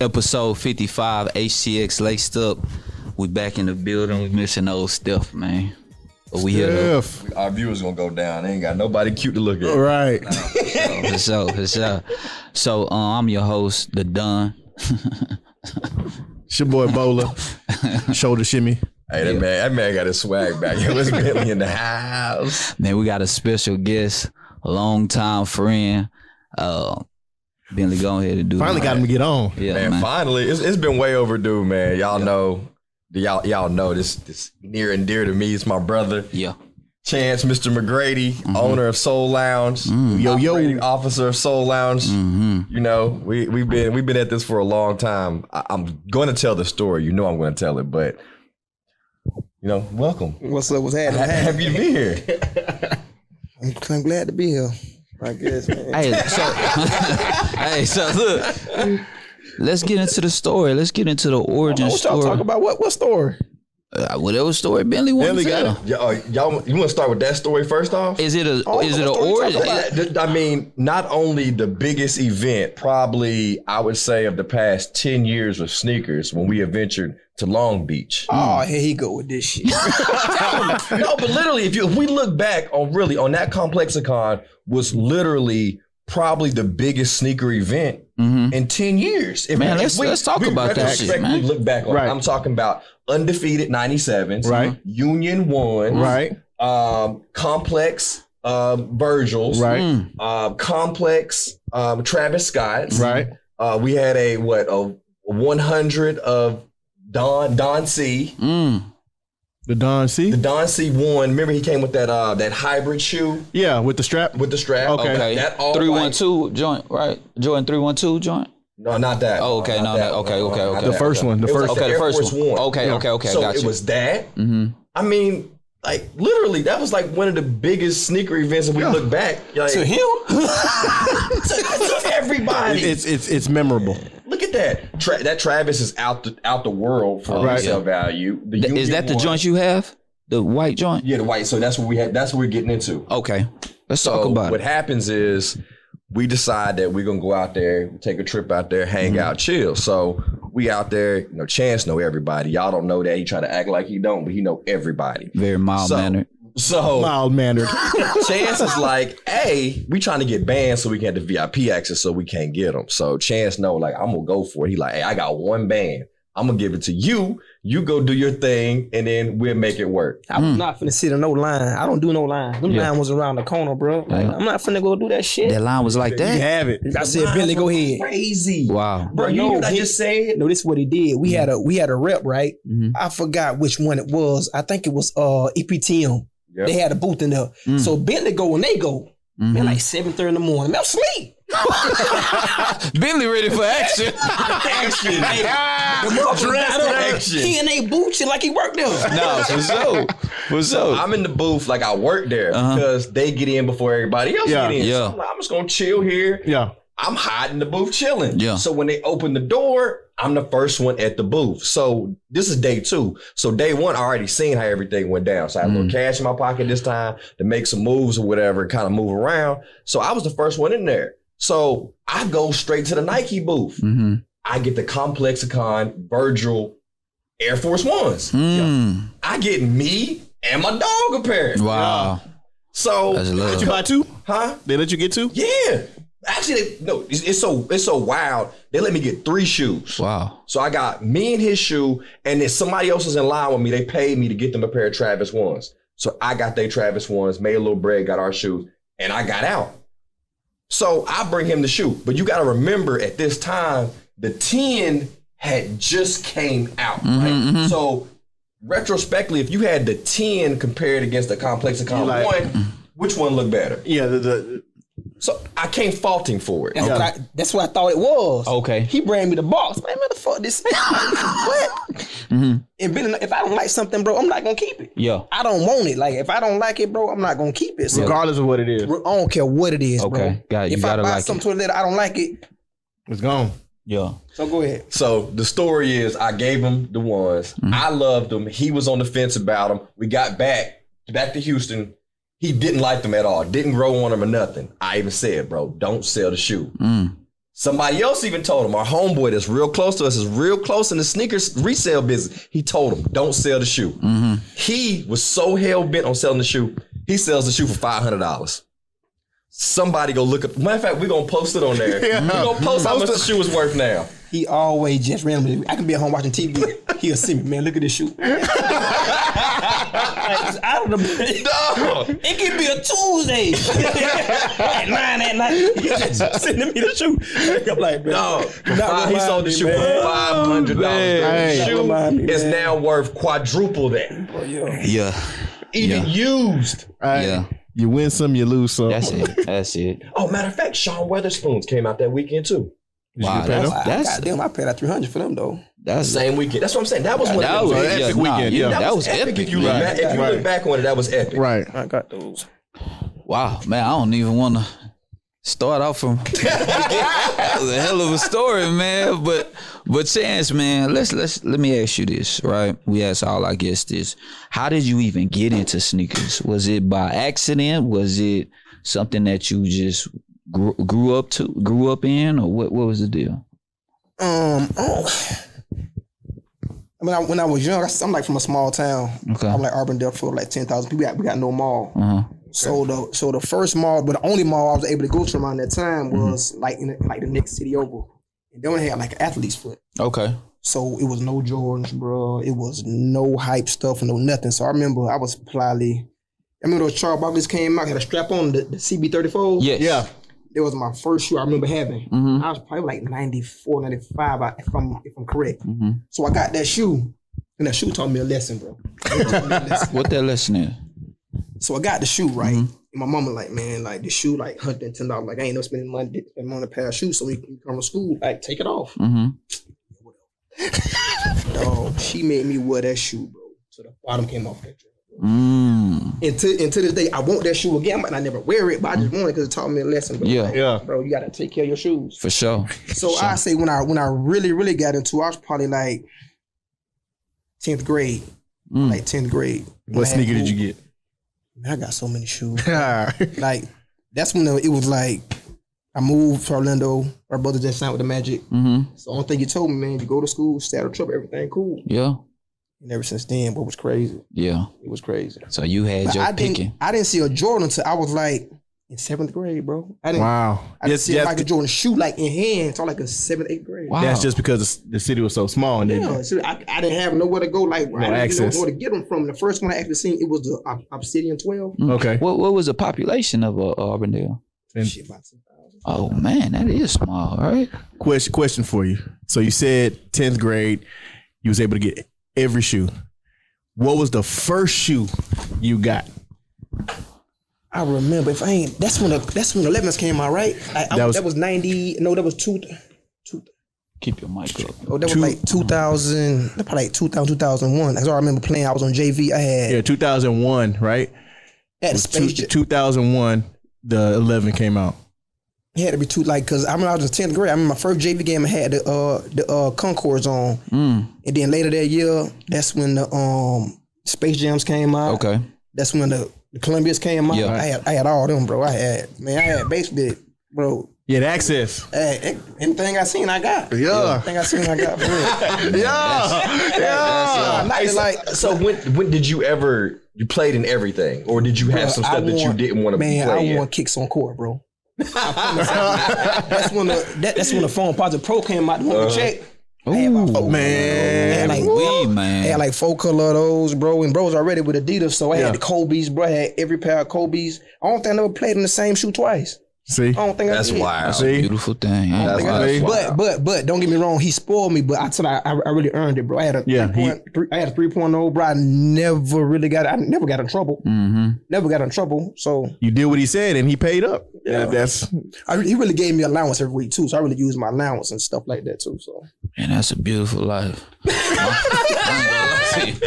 episode 55 HCX Laced Up. We back in the building. We missing old stuff, man. But we here. Jeff. Our viewers gonna go down. They ain't got nobody cute to look at. All right. though, For sure, for sure. So uh, I'm your host, the Don. It's your boy Bola. Shoulder shimmy. Hey, that man, that man got his swag back. Yo, it's Bentley in the house. Then we got a special guest, a longtime friend. Uh Bentley, go ahead and do Finally the- got him to get on. Yeah, man, man. finally, it's, it's been way overdue, man. Y'all know, y'all y'all know this this near and dear to me. It's my brother, Yeah. Chance, Mr. McGrady, Mm-hmm. owner of Soul Lounge, Mm. Yo, yo. operating officer of Soul Lounge. Mm-hmm. You know, we we've been we've been at this for a long time. I, I'm going to tell the story. You know, I'm going to tell it, but you know, welcome. What's up? What's happening? Happy to be here. I'm, I'm glad to be here. I guess. Man. Hey, so hey, so look. Let's get into the story. Let's get into the origin What y'all story. talk about? What what story? Uh, whatever story Bentley wants to Bentley got tell. it. Y'all, y'all you want to start with that story first off? Is it a Oh, is it a what story you talking origin? about? That- that- I mean, not only the biggest event, probably I would say of the past ten years with sneakers, when we have ventured to Long Beach. Oh, here he go with this shit. no, but literally, if you if we look back on really on that Complexicon was literally probably the biggest sneaker event Mhm. in ten years. If, Man, if let's- let's talk we about that shit, retrospectively man. Look back on. it. Right. I'm talking about undefeated '97s, Right. Union one, Right. um, complex um, Virgils, Right. Mm, Uh, complex um, Travis Scott's. Right. Uh, we had a what a 100 of Don Don C. Mm-hmm. mm. The Don C. The Don C one. Remember he came with that uh, that hybrid shoe Yeah, with the strap. with the strap. Okay. Okay. That all three one white- two joint, right? Jordan three one two joint. No, not that. Oh, okay, Not no, no, okay, Not okay, that. okay. Not The that. first one, the It was first- like Okay, the Air first Force one. Okay, okay, okay, So gotcha. it was that. Mm-hmm. I mean, like literally, that was like one of the biggest sneaker events. If we look back, like, to him? to everybody, It's it's it's memorable. Look at that. Tra- that Travis is out the out the world for Right. resale value. The Oh, Th- is Union that the one- joint you have? The white joint? Yeah, the white. So that's what we had. That's what we're getting into. Okay. Let's Oh, talk So about what it. happens is we decide that we're gonna go out there, take a trip out there, Mm-hmm. hang out, chill. So we out there. You know, Chance know everybody. Y'all don't know that. He try to act like he don't, but he know everybody. Very mild So- mannered. Oh. So Mild mannered. Chance is like, "Hey, we trying to get banned, so we can get the VIP access, so we can't get them." So Chance know, like, I'm gonna go for it. He like, "Hey, I got one band. I'm gonna give it to you. You go do your thing, and then we'll make it work." I'm Mm. not finna sit in no line. I don't do no line. Them line was around the corner, bro. Like, Yeah. I'm not finna go do that shit. That line was like that. have it. I said, Billy, go ahead. Crazy, Wow. Mm. bro. You know No, what I he- just said? No, this is what he did. We had a we had a rep, right? Mhm. I forgot which one it was. I think it was uh EPTM. Yep. They had a booth in there. Mm. Mm-hmm. So Bentley go when they go. Man, like 7.30 in the morning. Man, I'm asleep. Bentley ready for action. The motherfucker dressed got up. in action. He in a booth shit like he worked there. no, for sure. For So sure. I'm in the booth, like I work there Uh-huh. because they get in before everybody else Yeah. get in. So Yeah. I'm, like, I'm just gonna chill here. Yeah. I'm hot in the booth chilling. Yeah. So when they open the door, I'm the first one at the booth. So this is day two. So day one, I already seen how everything went down. So I had a little Mm. cash in my pocket this time to make some moves or whatever, and kind of move around. So I was the first one in there. So I go straight to the Nike booth. Mm-hmm. I get the Complexicon Virgil Air Force Ones. Mm. I get me and my dog a pair. Wow. So That's love. Did you buy two? huh? They let you get two? Yeah. Actually, they, no. It's, it's so it's so wild. They let me get three shoes. Wow. So I got me and his shoe, and then somebody else was in line with me. They paid me to get them a pair of Travis ones. So I got their Travis ones, made a little bread, got our shoes, and I got out. So I bring him the shoe, but you got to remember at this time the ten had just came out. right? So retrospectively, if you had the ten compared against the complex and You like- one, which one looked better? Yeah, the, the So I can't fault him for it. That's, what I, that's what I thought it was. Okay. He bring me the box. Man, man, the fuck this. what? Mm-hmm. And Bentley, if I don't like something, bro, I'm not gonna keep it. Yeah. I don't want it. Like if I don't like it, bro, I'm not gonna keep it. So regardless of what it is. I don't care what it is, Okay, bro. got it. You if I gotta buy like something to it later, I don't like it. It's gone. Yeah. So go ahead. So the story is, I gave him the ones. I loved them. He was on the fence about them. We got back back to Houston. He didn't like them at all. Didn't grow on them or nothing. I even said, bro, don't sell the shoe. Somebody else even told him, our homeboy that's real close to us is real close in the sneakers resale business. He told him, don't sell the shoe. He was so hell bent on selling the shoe, he sells the shoe for $500. Somebody go look up. Matter of fact, we're gonna post it on there. Yeah. We're gonna post how much Post the shoe is worth now. He always just randomly. I can be at home watching TV. He'll see me, man. Look at this shoe. like, it's out of the. It could be a Tuesday at nine at night. He's just sending me the shoe. I'm like, man, No, you're not Five- he reminding sold the me, shoe for man. five hundred dollars. The man. shoe Remind me, is man. now worth quadruple that, Oh, yeah. Yeah. even Yeah. used. Hey, Yeah. You win some, you lose some. That's it. That's it. Oh, matter of fact, Sean Weatherspoons came out that weekend too. Did Wow, you pay that's- them? That's- God damn, I paid out three hundred for them though. That's Same weekend. That's what I'm saying. That was one. that of was them- an yeah, epic nah, weekend, yeah, yeah. that, was epic. If you, man. look, back, if you look Right. back on it, that was epic. Right. I got those. Wow, man, I don't even want to start off from. that was a hell of a story, man. But but chance, man. Let's let's let me ask you this, right? We ask all our guests this: How did you even get into sneakers? Was it by accident? Was it something that you just grew, grew up to, grew up in, or what? What was the deal? Um, oh. I mean, I, when I was young, I, am like from a small town. Okay. I'm like Arbondale, Florida, like ten thousand people. We got, we got no mall. Uh huh. So the so the first mall, but the only mall I was able to go to around that time was like in like the next city over. And then we had like athlete's foot. Okay. So it was no Jordans, bro. It was no hype stuff, no nothing. So I remember I was probably I remember those Charles Barkley's came out, had a strap on the, the CB34. Yes. Yeah. It was my first shoe I remember having. Mhm. I was probably like 94, 95, I- if I'm if I'm correct. Mhm. So I got that shoe, and that shoe taught me a lesson, bro. It taught me a lesson. What that lesson is? So I got the shoe right. Mm-hmm. And my mama like, man, like the shoe like hundred and ten dollars. Like I ain't no spending money spending money on a pair of shoes. So when you come to school, like take it off. Mm-hmm. Dog, she made me wear that shoe, bro. So the bottom came off that joint. Mm. And to, and to this day, I want that shoe again. I might not never wear it, but I just want it because it taught me a lesson. Bro. Mm-hmm. Yeah. Like, Yeah. bro, you gotta take care of your shoes. For sure. So I say when I when I really really got into, it, I was probably like tenth grade, Mm. like tenth grade. What sneaker did you get? Man, I got so many shoes. Alright. like that's when it was like I moved to Orlando. My brother just signed with the Magic. Mm-hmm. So the only thing you told me, man, you go to school, stay out of trouble, everything cool. Yeah. And ever since then, what was crazy? Yeah. It was crazy. So you had But your I didn't. picking. I didn't see a Jordan until I was like in seventh grade, bro. I didn't. wow. I didn't see a Michael Jordan shoe like in hand until like a seventh, eighth grade. Wow. That's just because the city was so small and Yeah, then so I, I didn't have nowhere to go. Like I didn't access. know where to get them from. The first one I actually seen it was the Ob- Obsidian Twelve. Okay. What what was the population of uh, Auburndale? And- Shit, about 10,000. Oh man, that is small, right? Question question for you. So you said tenth grade, you was able to get every shoe. What was the first shoe you got? I remember if I ain't that's when the that's when the Elevens came out, right? I, I- That that, was- was, ninety. No, that was two. two Keep your mic up. oh, that Two- was like two thousand. Probably like 2000, 2001. That's all I remember playing. I was on JV. I had Yeah, two thousand one, right? had Two space. Jam- two thousand one, the eleven came out. it had to be two like because I remember I was in tenth grade. I remember my first JV game. I had the uh the uh Concords on, Mm. and then later that year, that's when the um Space Jams came out. Okay. That's when the, the Columbias came out. Yeah. I had I had all them, bro. I had man, I had baseball, bro. Yeah, the access. I had, anything I seen, I got. Yeah. Anything I seen, I got. For real. Yeah. I like, Hey, it, so, Uh, like so when when did you ever you played in everything, or did you have some stuff that you didn't want to play? Man, I in? want kicks on court, bro. that's when the that, that's when the phone Project Pro came out. The one Uh-huh. to check. I had about four- I Man. had like We I had man. like four color of those, bro, and bros already with Adidas. So I Yeah. had the Kobe's, bro. I had every pair of Kobe's. I don't think I never played in the same shoe twice. See? I don't think That's I did. wild. See? Beautiful thing. huh? Uh, That's, I that's did. wild. But but but don't get me wrong, he spoiled me. But I said I, I I really earned it, bro. I had a Yeah, he- three point, three, I had a three point oh, bro. I never really got I never got in trouble. Mm-hmm. Never got in trouble. So You did what he said and he paid up. Yeah. That's I, he really gave me allowance every week too, so I really used my allowance and stuff like that too. So Man, that's a beautiful life. my, my,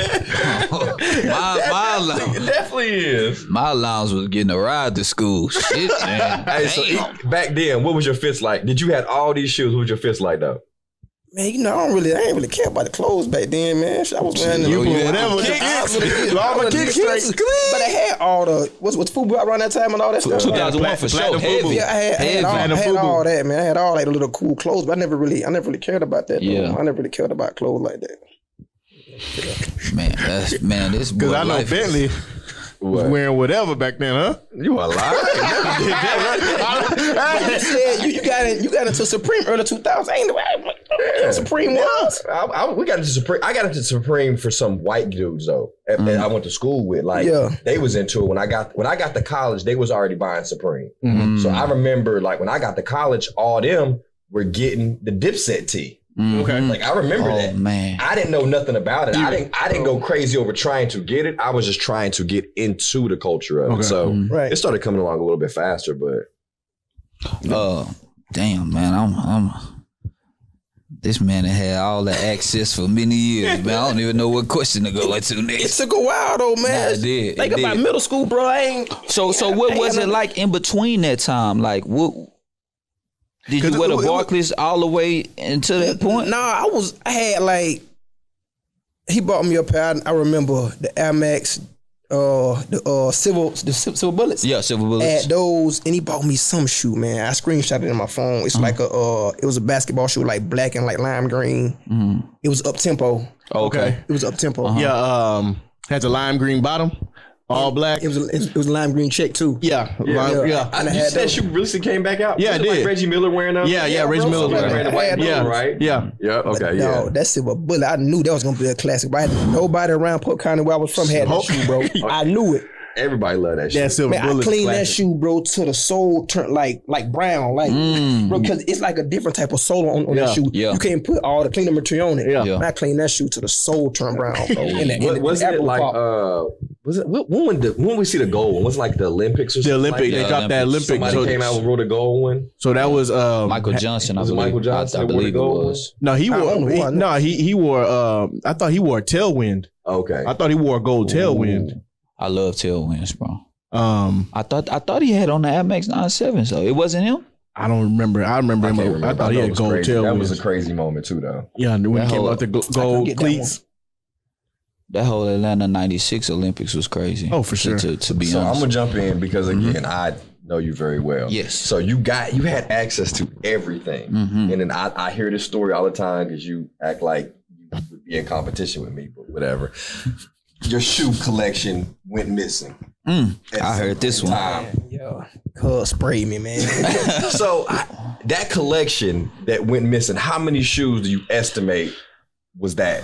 It allowance, definitely is. my allowance was getting a ride to school. Shit, man. Hey, so Damn. it- back then, what was your fist like? Did you had all these shoes? What was your fist like though? man, you know, I don't really, I ain't really care about the clothes back then, man. Shit, I was wearing the you I had whatever. them the was- kicks. All my I was- kicks straight. But I had all the what's what's food around that time and all that stuff. 2001 for sure. Platinum Heavy. Fubu. Yeah, I had, I had, all, Heavy. I had Fubu. all that, man. I had all like the little cool clothes, but I never really, I never really cared about that. though. Yeah. I never really cared about clothes like that. Man, that's man. This Because boy I know life is- Bentley was What? wearing whatever back then, huh? You a liar. You said you, you got in, you got into Supreme early 2000. I ain't know I- what the fuck Supreme was. I, I, we got into Supreme. I got into Supreme for some white dudes though. That that I went to school with. Like Yeah. they was into it when I got when I got to college. They was already buying Supreme. So I remember like when I got to college, all them were getting the Dipset tee. Okay. Like I remember Oh that. man. I didn't know nothing about it. I didn't. I didn't go crazy over trying to get it. I was just trying to get into the culture of Okay. it. So Right. it started coming along a little bit faster. But Uh, damn, man, I'm, I'm. This man done had all the access for many years, man. I don't even know what question to go into It next. took a while though, man. Nah, it did, it Think about did. middle school, bro. I ain't. So, so what Yeah, was man. it like in between that time? Like, what did 'Cause you it- wear the it- it- Barclays all the way until that point? Nah, I was. I had like. He bought me a pair. I, I remember the Air Max, uh, the uh, civil, the Civ- civil bullets. Yeah, silver Had bullets. those, and he bought me some shoe, man. I screenshot it in my phone. It's like a, uh, it was a basketball shoe, like black and like lime green. It was up tempo. Okay. It was up tempo. Yeah. Um, had the lime green bottom, all black. It was a, it was a lime green check too. Yeah. lime- Yeah. yeah. And I had those. you recently came back out. Yeah, I Wasn't, did. Miller wearing them. Yeah, yeah, Reggie bro, Miller. somebody was like there. that. White Had dude, Yeah, those. right? Yeah. Yeah. Okay. Yeah. No, that silver bullet. I knew that was gonna be a classic. But I had nobody around Pub County where I was from had Smoke. that shoe, bro. I knew it. Everybody love that shit. That silver Man, I bullet. cleaned that classic. shoe, bro, till the sole turned like like brown, like bro, because it's like a different type of sole on, on Yeah, that shoe. yeah. You can't put all the cleaning material on it. Yeah. Yeah. Man, I cleaned that shoe till the sole turned brown. Bro. And the- and What, the- was the it apple like? pop. Uh, was it when, when the when we see the gold one? Was it like the Olympics or The something Olympic. Like they Yeah, dropped that Olympics. Olympic. Somebody so, came out and wrote a gold one. so that was um, Michael ha- Johnson, I Was it believe. Michael Johnson I, I that wore the believe it gold was. No, he I wore. own He, one. no, he he wore. Um, I thought he wore a tailwind. Okay, I thought he wore a gold tailwind. Ooh. I love tailwinds, bro. Um, I thought I thought he had on the Air Max 97, so it wasn't him. I don't remember. I remember. I him. can't I remember. thought he know it had was gold crazy. tailwind. That was a crazy moment too, though. yeah, and when That he came whole- out the go- get gold that one. cleats. That whole Atlanta '96 Olympics was crazy. Oh, for to- sure. To, to be So I'm honest, gonna jump in because again, I know you very well. Yes. So you got you had access to everything, and then I, I hear this story all the time because you act like you would be in competition with me, but whatever. Your shoe collection went missing. at I heard some this one. time. Yeah. Cuz sprayed me, man. so I, that collection that went missing, how many shoes do you estimate was that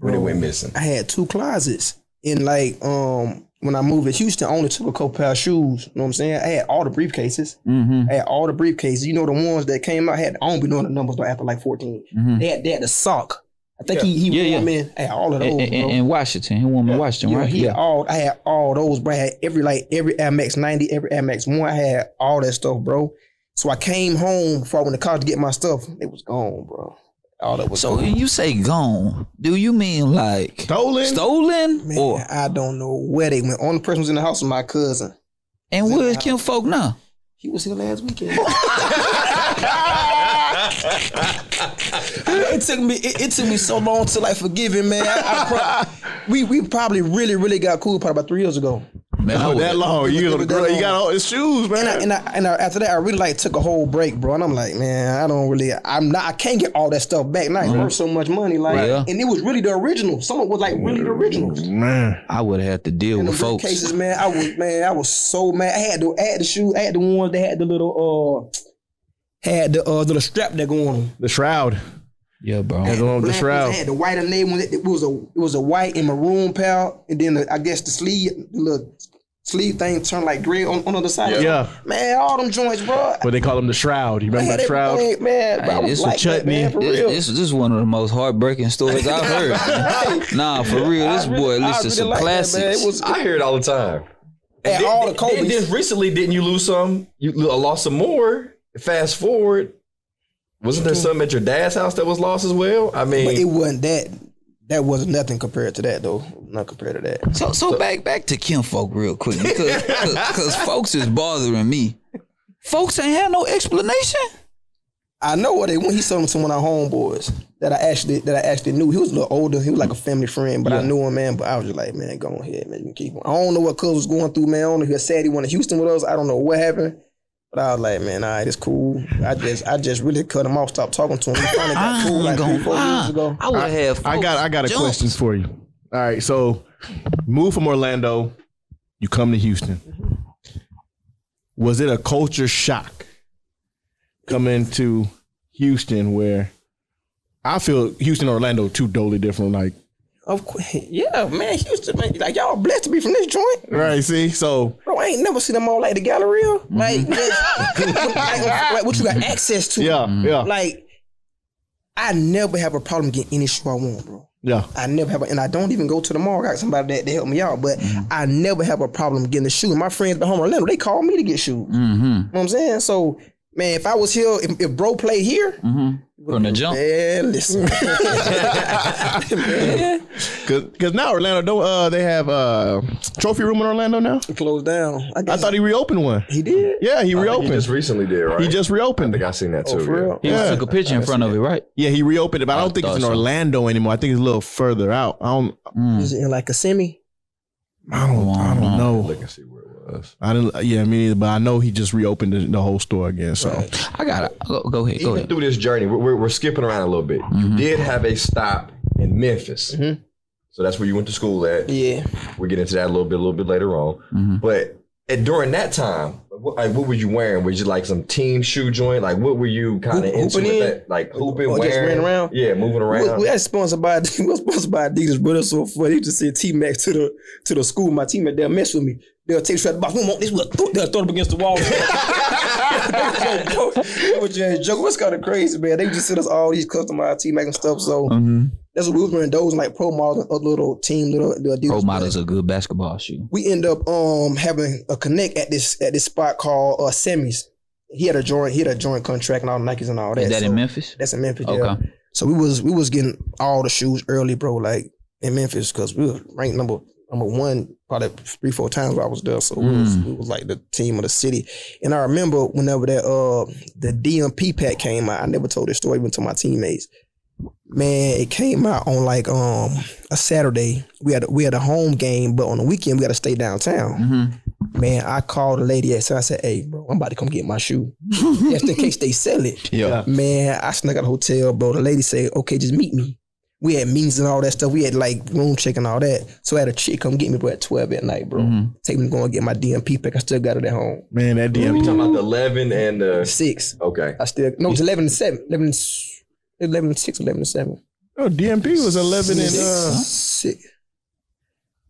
when it went missing? I had two closets in like um when I moved to Houston, I only took a couple pair of shoes. You know what I'm saying? I had all the briefcases. mm-hmm. I had all the briefcases. You know the ones that came out had I don't be knowing the numbers, but after like 14, Mm-hmm. they had they had the sock. I think he he Yeah, yeah. yeah, wore them in. I had all of those. in, in- bro. in Washington, he won in Washington, You know, right? he had all I had all those, bro. I had every like every Air Max 90, every Air Max 1. I had all that stuff, bro. So I came home before I went to college to get my stuff. It was gone, bro. All that was So gone. when you say gone, do you mean like Stolen. stolen, Man, or I don't know where they went. Only person was in the house was my cousin. and where's Kim Folk now? He was here last weekend. it took me. It, it took me so long to like forgive him, man. I, I prob- we we probably really really got cool probably about three years ago. Man, I Oh, was- that long. You, Look at that you got long. all his shoes, man. And I, and I, and I, after that, I really like took a whole break, bro. And I'm like, man, I don't really, I'm not, I can't get all that stuff back. Not Mm-hmm. worth so much money, like, Right. Yeah. and it was really the original. Some of it was like really the original. man. I would have to deal In the with folks. cases, man, I was man, I was so mad. I had to, I had the shoe, I had the ones that had the little, uh, had the uh, little strap that go on them. The shroud. Yeah, bro. That's along Oh, the Black ones, I shroud. had the white and navy one. It it was a, it was a white and maroon pair, and then the, I guess the sleeve, the little sleeve thing turned like gray on, on the other side. Yeah. man, all them joints, bro. But they call him the shroud. You remember the shroud? everything, man. bro, I Hey, was this like was that, man, chutney. for This, real. this, this is one of the most heartbreaking stories I've heard. man. nah, for real, this boy at I least is some really like that, man. classics. It was I hear it all the time. at Then- all the then- Kobe's. Then recently, didn't you lose some? You lo- lost some more. Fast forward, wasn't there something at your dad's house that was lost as well? I mean, but it wasn't that. That wasn't nothing compared to that, though. Not compared to that. So, so back back to Kim Folk real quick because cause, 'cause folks is bothering me. Folks ain't had no explanation. I know where they went. He sold them to one of our homeboys that I actually that I actually knew. He was a little older. He was like a family friend, but I knew him, man. But I was just like, man, go on ahead, man. You can keep him. I don't know what Cuz was going through, man. I don't know if he was sad he went to Houston with us. I don't know what happened. But I was like, man, all right, it's cool. I just I just really cut him off, stopped talking to him. He finally got I cool like ain't Ah, three, gonna four years lie. ago. I would have. I got I got a Jump. questions for you. All right, so move from Orlando, you come to Houston. Was it a culture shock coming to Houston where I feel Houston and Orlando two totally different like Of course. Yeah, man, Houston, man. Like y'all blessed to be from this joint. right see so Bro, I ain't never seen them all like the Galleria. Mm-hmm. Like, just, like, like what you got access to. yeah yeah Like, I never have a problem getting any shoe I want, bro. yeah I never have, a, and I don't even go to the mall. I got somebody that, that help me out, but Mm-hmm. I never have a problem getting a shoe. My friends at home in Orlando, they call me to get shoes. You Mm-hmm. know what I'm saying? So, man, if I was here, if, if bro played here, Mm-hmm. From the jump. man, listen, because now Orlando don't uh they have uh trophy room in Orlando now closed down. I, I guess thought he reopened one he did. yeah he He reopened just recently did, right? he just I reopened think I seen that too. Oh, for yeah. real? He Yeah. took a picture in front of it, right? yeah he reopened it but I don't think it's thought in so. Orlando anymore I think it's a little further out I don't Is it in like a semi? I don't, I Wow. don't know. Look and see where it was. I didn't. Yeah, me neither. But I know he just reopened the, the whole store again. So I got it. Go, go ahead. Go Even ahead. through this journey, we're, we're, we're skipping around a little bit. Mm-hmm. You did have a stop in Memphis. So that's where you went to school at. Yeah. We'll get into that a little bit, a little bit later on. Mm-hmm. But and during that time, what, like, what were you wearing? Was you like some team shoe joint? Like, what were you kind of Hoop- into hooping with in? that? Like hooping, Or just wearing, ran around? yeah, moving We, around. we actually sponsored by we were sponsored by Adidas, bro. That's so funny. They just said T Mac to the to the school. My teammate, they'll mess with me. They'll take shot box. We want this. We'll throw- They'll throw them against the wall. They was just joking. What's kind of crazy, man? They just sent us all these customized T Mac and stuff. So that's what we was wearing. Those and, like pro models, and other little team, little, little Adidas. Pro stuff. model's a good basketball shoe. We end up um having a connect at this at this spot called uh, Semis. He had a joint. He had a joint contract and all the Nikes and all that. Is that in So Memphis? That's in Memphis. Yeah. Okay. So we was we was getting all the shoes early, bro. Like in Memphis, because we were ranked number number one probably three four times while I was there. So we, was, we was like the team of the city. And I remember whenever that uh the DMP pack came out, I never told this story even to my teammates. Man, it came out on like um a Saturday. We had we had a home game, but on the weekend we got to stay downtown. Man, I called the lady at so I said, "Hey, bro, I'm about to come get my shoe, just in case they sell it." yeah, Man, I snuck out of the hotel, bro. The lady said, okay, just meet me. We had meetings and all that stuff. We had like room check and all that. So I had a chick come get me, bro, at 12 at night, bro. Take me to go and get my DMP pack. I still got it at home. man, that yeah, DM. we talking about the eleven and the Six. okay. I still, no, it was 11 and 7. 11 and, s- 11 and 6, 11 and 7. Oh, DMP was eleven and uh, Six.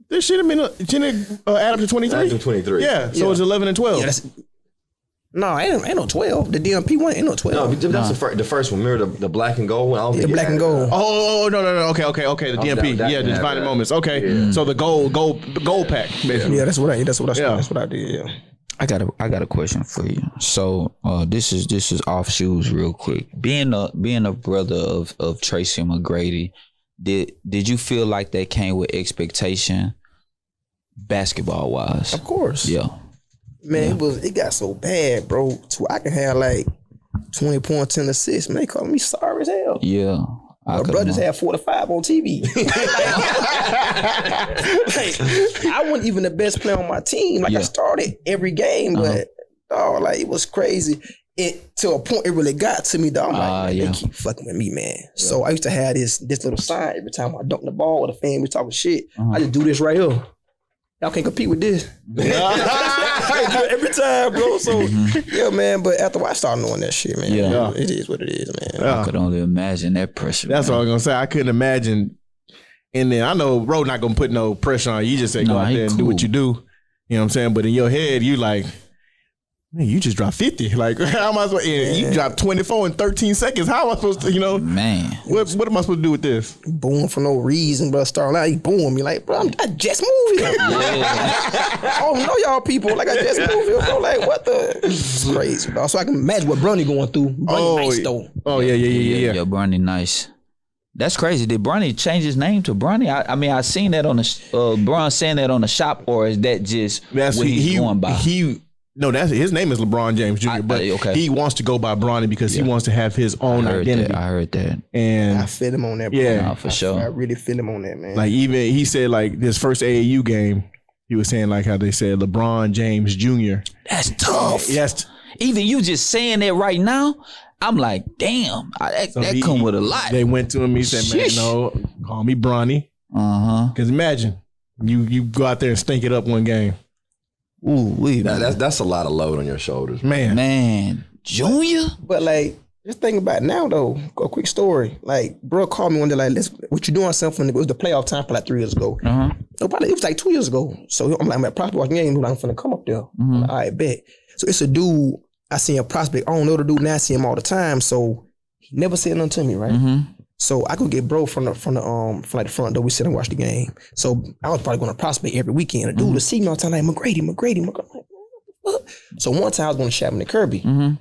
this should have been. uh, Didn't it uh, add up to twenty Nine through three? twenty-three. Yeah, so it's eleven and twelve. Yeah, that's, no, ain't, ain't no 12. The DMP one ain't no No, 12. but that's the, fir- the first one. Remember the, the black and gold one? I don't the think it black and had that. gold. Oh, oh, oh, no, no, no. Okay, okay, okay. The DMP. that- yeah, the yeah, defining that- moments. Okay, so the gold, gold, gold pack. Basically. Yeah, that's what I. That's what I. Yeah. That's what I did. Yeah. I got a I got a question for you. So uh, this is this is off shoes real quick. Being a being a brother of of Tracy McGrady, did did you feel like that came with expectation, basketball wise? Of course. Yeah. Man, it was it got so bad, bro. To I can have like twenty points, ten assists. Man, they calling me sorry as hell. Yeah. I My could brothers imagine. had four to five on TV. Like, I wasn't even the best player on my team. Like Yeah. Uh-huh. I started every game, but dog, like it was crazy. It to a point, it really got to me. Dog, I'm like, Ah, man, yeah. they keep fucking with me, man. So I used to have this this little sign every time I dunked the ball or the fan was talking shit. Uh-huh. I just do this right here. Y'all can't compete with this. every time, bro. So yeah, man. But after a while, I started knowing that shit, man. Mm-hmm. Yeah. it is what it is, man. I could only imagine that pressure. That's man. what I was gonna say. I couldn't imagine. And then I know Ro not gonna put no pressure on you. You just say go Nah, out he there and do what cool. you do. You know what I'm saying? But in your head, you like, man, you just dropped 50. Like, how am I supposed? And you dropped 24 in 13 seconds. How am I supposed to? You know, man. what what am I supposed to do with this? Boom for no reason, but starting out, he boom. You're like, bro, I'm, I just moved here. I don't know y'all people. Like I just moved here, bro. Like what the? It's crazy, bro. So I can imagine what Bronny going through. Bronny Oh, nice though. Oh yeah, yeah, yeah, yeah. yeah. Yeah, Bronny nice. That's crazy. Did Bronny change his name to Bronny? I, I mean, I seen that on the sh- uh, Bron saying that on the shop, or is that just That's what he, he's he going by? he No, that's his name is LeBron James Jr. I- but I- okay. he wants to go by Bronny because Yeah. he wants to have his own I heard identity. that. I heard that. I and feel him on that. Yeah. bro. Nah, for I- sure. I really feel him on that, man. like even he said like this first AAU game, he was saying like how they said LeBron James Jr. That's tough. Yes, Even you just saying that right now, I'm like, damn, I, that, So that he- come with a lot. They went to him. He said, "Man, Sheesh. no, call me Bronny." Uh huh. Because imagine you you go out there and stink it up one game, Ooh, we Now, that's that's a lot of load on your shoulders. man. man, Junior. But like, just think about it now though. A quick story. Like, bro called me one day like, "Let's what you doing?" Something. It was the playoff time for like three years ago. Uh huh. No, probably it was like two years ago. So I'm like, I'm at prospect watching game. I'm finna come up there. Mhm. I bet. So it's a dude. I seen a prospect. I don't know the dude. Now I see him all the time. So he never said nothing to me, right? Mm-hmm. So I could get bro from the from the um from like the front door. We sit and watch the game. So I was probably going to prospect every weekend. A dude would see me all the time like McGrady, McGrady, McGrady. Like, what the fuck? So one time I was going to Chapman and Kirby. Mm-hmm.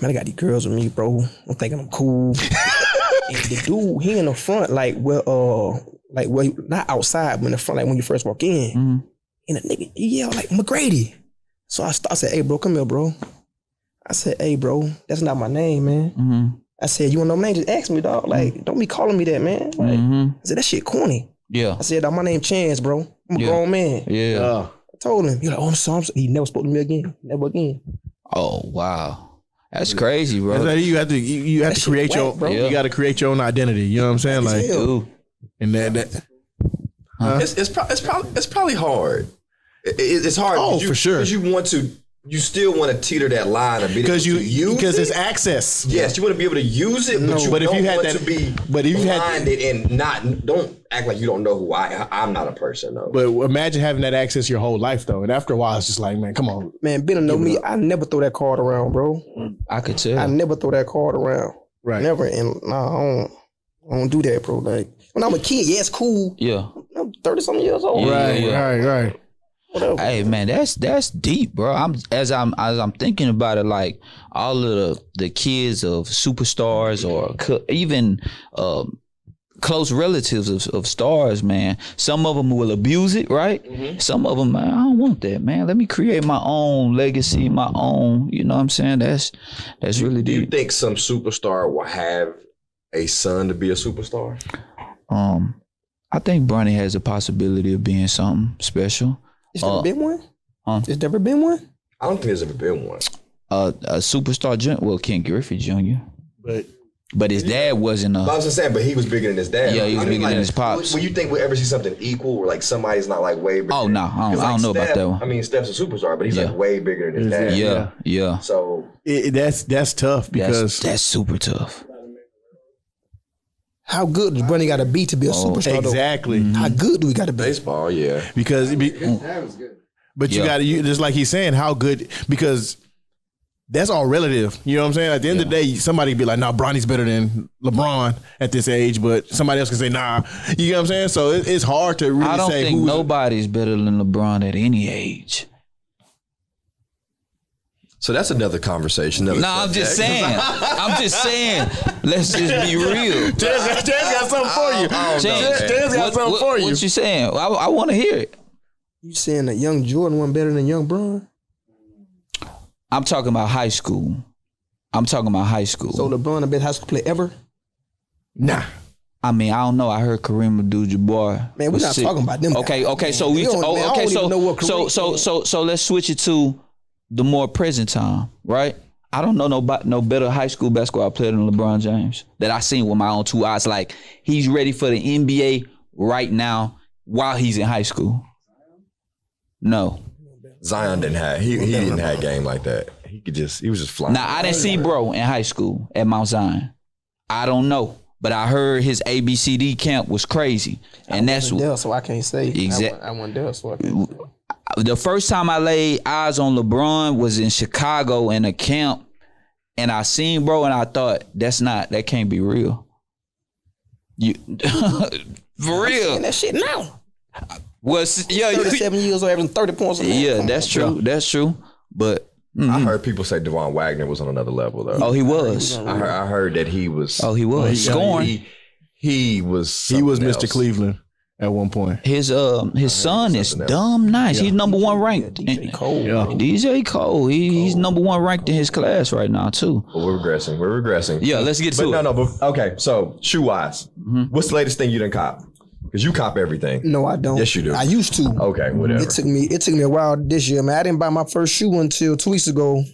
Man, I got these girls with me, bro. I'm thinking I'm cool. and the dude, he in the front, like well, uh, like well, not outside, but in the front, like when you first walk in. Mhm. And the nigga, he yelled like McGrady. So I, st- I said, hey, bro, come here, bro. I said, hey, bro, that's not my name, man. Mm-hmm. I said, you want to know my name? Just ask me, dog. Like, don't be calling me that, man. Like, Mm. Mm-hmm. I said, that shit corny. Yeah. I said, dawg, my name Chance, bro. I'm a Yeah. grown man. Yeah. Uh, I told him. He like, oh, I'm sorry. I'm sorry." He never spoke to me again. Never again. Oh wow, that's crazy, that's how bro. you have to you, you have That to shit create whack, your bro. Yeah. you got to create your own identity. You know what I'm saying? As Like hell. Ooh. and that, that It's it's, pro- it's probably it's probably hard. It, it- it's hard. Oh, 'cause you, for sure. Because you want to, you still want to teeter that line of being because you able to use because it. it's access. Yes, you want to be able to use it, but you but if don't you had want that- to be but if you had- blinded and not don't act like you don't know who I I'm not a person though. But imagine having that access your whole life though, and after a while, it's just like, man, come on. Man, Ben know me. I never throw that card around, bro. I could I tell. never throw that card around. Right. Never. And nah, I don't, I don't do that, bro. Like when I'm a kid, yeah, it's cool. Yeah. I'm thirty something years old. Yeah. Right, right, right. Whatever. Hey man, that's that's deep, bro. I'm as I'm as I'm thinking about it, like all of the the kids of superstars or co- even um, close relatives of, of stars, man. Some of them will abuse it, right? Mm-hmm. Some of them, man, I don't want that, man. Let me create my own legacy, my own. You know what I'm saying? That's that's really Do you deep. think some superstar will have a son to be a superstar? Um, I think Bronny has a possibility of being something special. Has there uh, been one? huh? Has there been one? I don't think there's ever been one. Uh, a superstar, jun- well, Ken Griffey Jr. But But his dad wasn't a. But I was just saying, but he was bigger than his dad. Yeah, he was I mean, bigger than like, his pops. Will you think we'll ever see something equal where like somebody's not like way bigger? Oh no, I 'Cause, don't, I like, don't know about Steph- that one. I mean, Steph's a superstar, but he's Yeah. like way bigger than his Yeah. dad. Yeah, yeah. So it, it- that's that's tough That's, because that's super tough. How good does Bronny got to be to be a superstar? though? exactly Mm-hmm. How good do we got to be? baseball, yeah. because it be, mm. but you Yeah. got to you just like he's saying how good because that's all relative. You know what I'm saying? At the end of the day, somebody be like, "Nah, Bronny's better than LeBron at this age," but somebody else can say, "Nah." You know what I'm saying? So it, it's hard to really I don't say think who's- nobody's better than LeBron at any age. So that's another conversation. No, I'm just saying. I'm just saying. Let's just be real. Terrence got, Terrence got something for you. Oh, James, Terrence, Terrence got what- something what- for you. What you saying? I, I want to hear it. You saying that young Jordan wasn't better than young Bron? I'm talking about high school. I'm talking about high school. So LeBron the best high school player ever? Nah, I mean, I don't know. I heard Kareem Abdul-Jabbar. Man, we're was not talking about them Okay, guys, okay. man. So we. We don't- oh, man, I okay. don't So even know what so Kareem- so so so let's switch it to the more present time, right? I don't know no bo- no better high school basketball player than LeBron James that I seen with my own two eyes. Like he's ready for the NBA right now while he's in high school. No, Zion didn't have he, he didn't have a game like that. He could just he was just flying. now I didn't see bro in high school at Mount Zion. I don't know, but I heard his ABCD camp was crazy, and that's Dell, so I can't say. Exact- I went Dell, so I can't. say. the first time I laid eyes on LeBron was in Chicago in a camp, and I seen bro, and I thought that's not that can't be real. You for And real? that shit now. Well, s- yeah, you- Thirty-seven years old, averaging thirty points. A game. yeah, Come that's on, bro. true. That's true. But mm, mm. I heard people say Devon Wagner was on another level though. oh, he was. I, heard, I heard that he was. Oh, he was Well, he- scoring. He, he was. he was something Mr. else. Cleveland at one point. His um his son is something else. dumb nice. He's number one ranked. DJ Cole. Yeah. DJ Cole, he, he's number one ranked in his class right now too. Oh, But we're regressing. We're regressing. Yeah, let's get to But it. no, no. But okay. So shoe wise, Mm-hmm. what's the latest thing you done cop? Because you cop everything. No, I don't. Yes, you do. I used to. Okay, whatever. It took me. It took me a while this year, man. I didn't buy my first shoe until two weeks ago.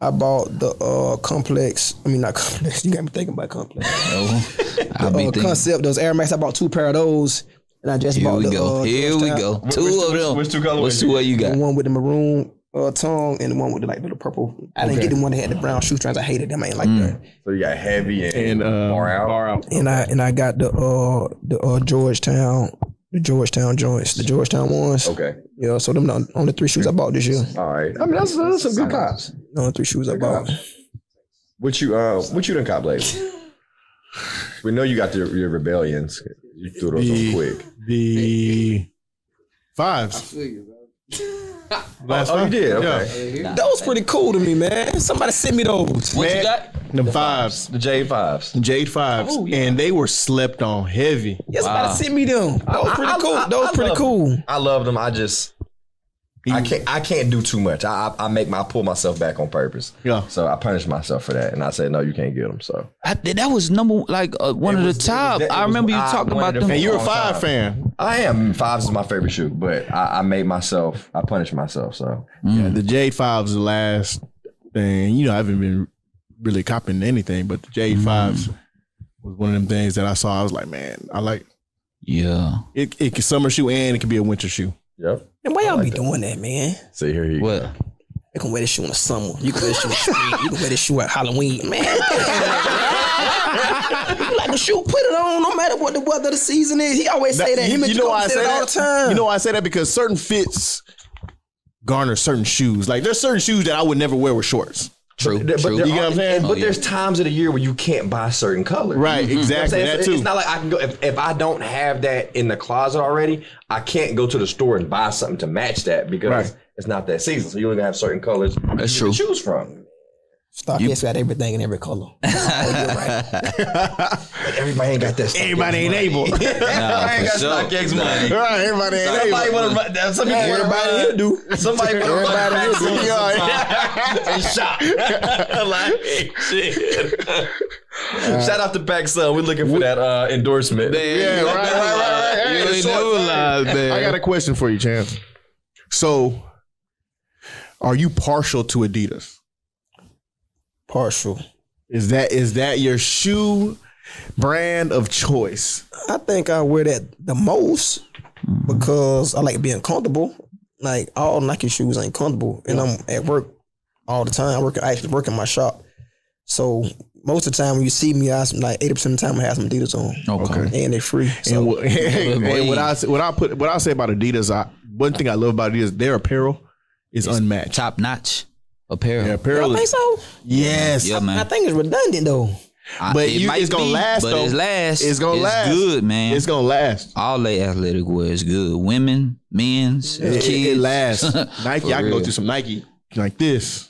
I bought the uh complex. I mean, not complex. You got me thinking about complex. I'll be Uh, thinking. concept. Those Air Max. I bought two pair of those, and I just Here bought we the. go. uh, Here we Georgetown. go. Two of which- them. which two colorways What's you two you The got? one with the maroon uh, tongue and the one with the like little purple. I didn't get the one that had the brown shoestrings. I hated them. I ain't like Mm. that. So you got heavy and, And uh, far out. Far out. And I and I got the uh the uh Georgetown the Georgetown joints the Georgetown ones. Okay. Yeah. So them the only three shoes I bought this year. All right. I mean, that's, that's some good cops. The only three shoes I bought. What you uh, what you done cop lately? we know you got the, your rebellions. You threw those Yeah. on quick. The fives. feel you, bro. Last Oh, you five. did. Yeah. Okay. That was pretty cool to me, man. Somebody sent me those. What you Man. got? The fives. The J fives. The Jade fives. Oh, And they were slept on heavy. Yeah, somebody Wow. sent me them. That was I- pretty I- cool. I- that was I pretty love cool. I love them. I just I can't I can't do too much. I I, I make my I pull myself back on purpose. Yeah. So I punish myself for that, and I said, no, you can't get them. So I, th- that was number like uh, one It of the was- it was- top. it I was- remember you ah, I talking about wanted them. to- And you're a Long five time. fan. I am fives is my favorite shoe, but I, I made myself. I punish myself. So Yeah, the J fives the last thing. You know, I haven't been really copping anything, but the J fives was one of them things that I saw. I was like, man, I like yeah. it. It can summer shoe and it can be a winter shoe. yep. And why y'all be doing that, man? So here you What? You can wear this shoe in the summer. You can wear this shoe in the spring. You can wear this shoe at Halloween, man. You like a shoe, put it on no matter what the weather, the season is. He always say that. Him and Jacoby said it all the time. You know why I say that because certain fits garner certain shoes. Like there's certain shoes that I would never wear with shorts. True. But, true. there You get what I'm are- saying? But Oh, yeah. there's times of the year where you can't buy certain colors. Right, I'm exactly. saying? That It's- too. It's not like I can go if, if I don't have that in the closet already, I can't go to the store and buy something to match that because Right. it's not that season. So you only gonna have certain colors That's to true. choose from. Stock yes got everything in every color. But everybody ain't got that. Stock everybody ain't able. everybody ain't for got sure. StockX money. right, everybody ain't Somebody able. want to. Some people Everybody wanna here do. run- Somebody want to run Everybody back here do. sometime and shop. like hey, shit. Shout out to Back Sun. We're looking for that uh, endorsement. Yeah, right, right, right, right. You Hey, the ain't short never thing. lied, man. I got a question for you, Champ. So, are you partial to Adidas? Partial. Is that is that your shoe brand of choice? I think I wear that the most Mm-hmm. because I like being comfortable. Like all Nike shoes ain't comfortable, and I'm at work all the time. I work, I actually work in my shop, so most of the time when you see me, I some- like eighty percent of the time I have some Adidas on, Okay. and they're free. So and what, and boy. what I s- what I put what I say about Adidas, I one thing I love about Adidas, their apparel is unmatched. Top notch apparel. Their I apparel think is so. yes, Yeah, I man. think it's redundant though. I- but it you, might it's gonna be, last. But though. it's last. It's gonna last. Good man. It's gonna last. All they athletic wear is good. Women, men's, It, kids. it- it lasts. Nike, For I can go real. through some Nike like this.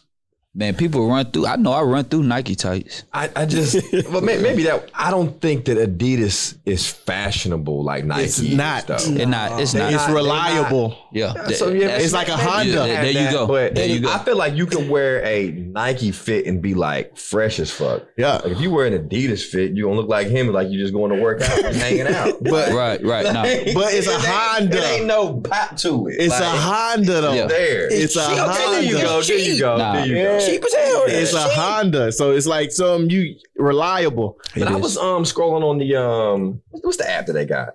Man, people run through. I know I run through Nike tights. I, I just, but may, maybe that I don't think that Adidas is fashionable like Nike. It's is, not. though. It's not. It's not. It's not- they're reliable. yeah. that- So yeah, that's- It's like a maybe Honda. you Yeah, had there you that, go. But There you go. I feel like you can wear a Nike fit and be like fresh as fuck. Yeah. Like if you wear an Adidas fit, you don't look like him. Like you just going to work out, and hanging out. But Right, right. No. But it's a It ain't- Honda. It ain't no pop to it. It's Like, a Honda though. Yeah. There. It's a She gonna there you Honda. go. There you go. Nah. There you go. Yeah. Cheap as hell. It's a Cheap. Honda, so it's like some you reliable. But I is. was um scrolling on the um what's the app that they got?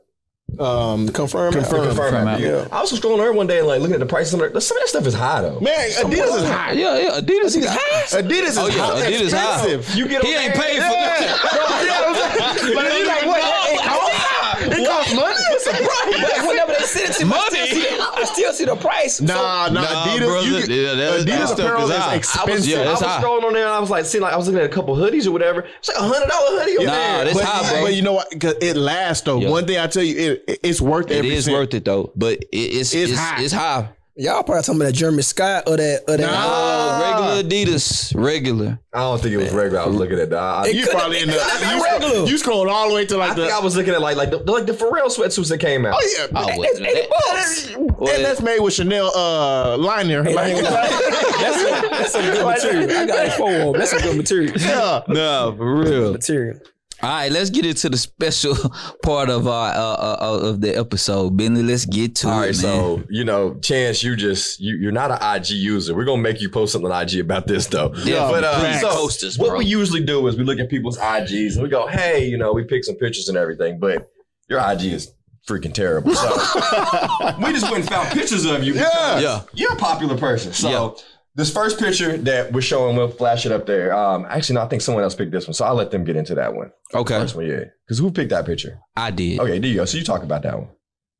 Um, Confirm. Confirm. Confirm Confirm app. app. Yeah. I was scrolling there one day and like looking at the price. Some of that, some of that stuff is high though. man, Adidas is hot. Yeah, yeah. Adidas is Adidas is Oh, yeah, hot. Adidas is hot. expensive. You get He on ain't there- paid for Yeah. Bro, yeah, I'm saying. But you like what? It costs- It costs money. What's the price? But whenever they send it to me, I still see the- I still see the price. Nah, nah, Nah, Adidas. brother. you get- Yeah, that- that Adidas stuff apparel is is, hot. expensive. yeah, I that's was high. scrolling on there and I was like, seeing like I was looking at a couple hoodies or whatever. It's like a hundred dollar hoodie. on Nah, there. that's but, high, bro. but you know what? 'Cause it lasts though. Yeah. One thing I tell you, it, it- it's worth It every is cent. worth it though, but it, it's It's it's, it's high. high. Y'all probably talking about that Jeremy Scott or that or that. Uh, regular Adidas, regular. I don't think it was regular. I was looking at the. I, I, You probably in the not you, scroll- regular. you scrolled all the way to I like think I the was looking at like like the, like the Pharrell sweatsuits that came out. oh yeah. I wasn't that. Well, and that's made with Chanel uh liner. Like, That's, a, that's some good material. I got a four. That's some good material. yeah. No, for real. Material. All right, let's get into the special part of our uh, uh, uh, of the episode, Bentley. Let's get to All it, right, man. so you know, Chance, you just you you're not an IG user. We're gonna make you post something on IG about this though. Yeah, but uh, please so post this, what bro. we usually do is we look at people's IGs and we go, hey, you know, we pick some pictures and everything, but your IG is freaking terrible. So we just went and found pictures of you. Yeah. Yeah. you're a popular person. So this first picture that we're showing, we'll flash it up there. Um, actually, no, I think someone else picked this one, so I'll let them get into that one. Okay, First one, yeah, because who picked that picture? I did. Okay, there you go. So you talk about that one.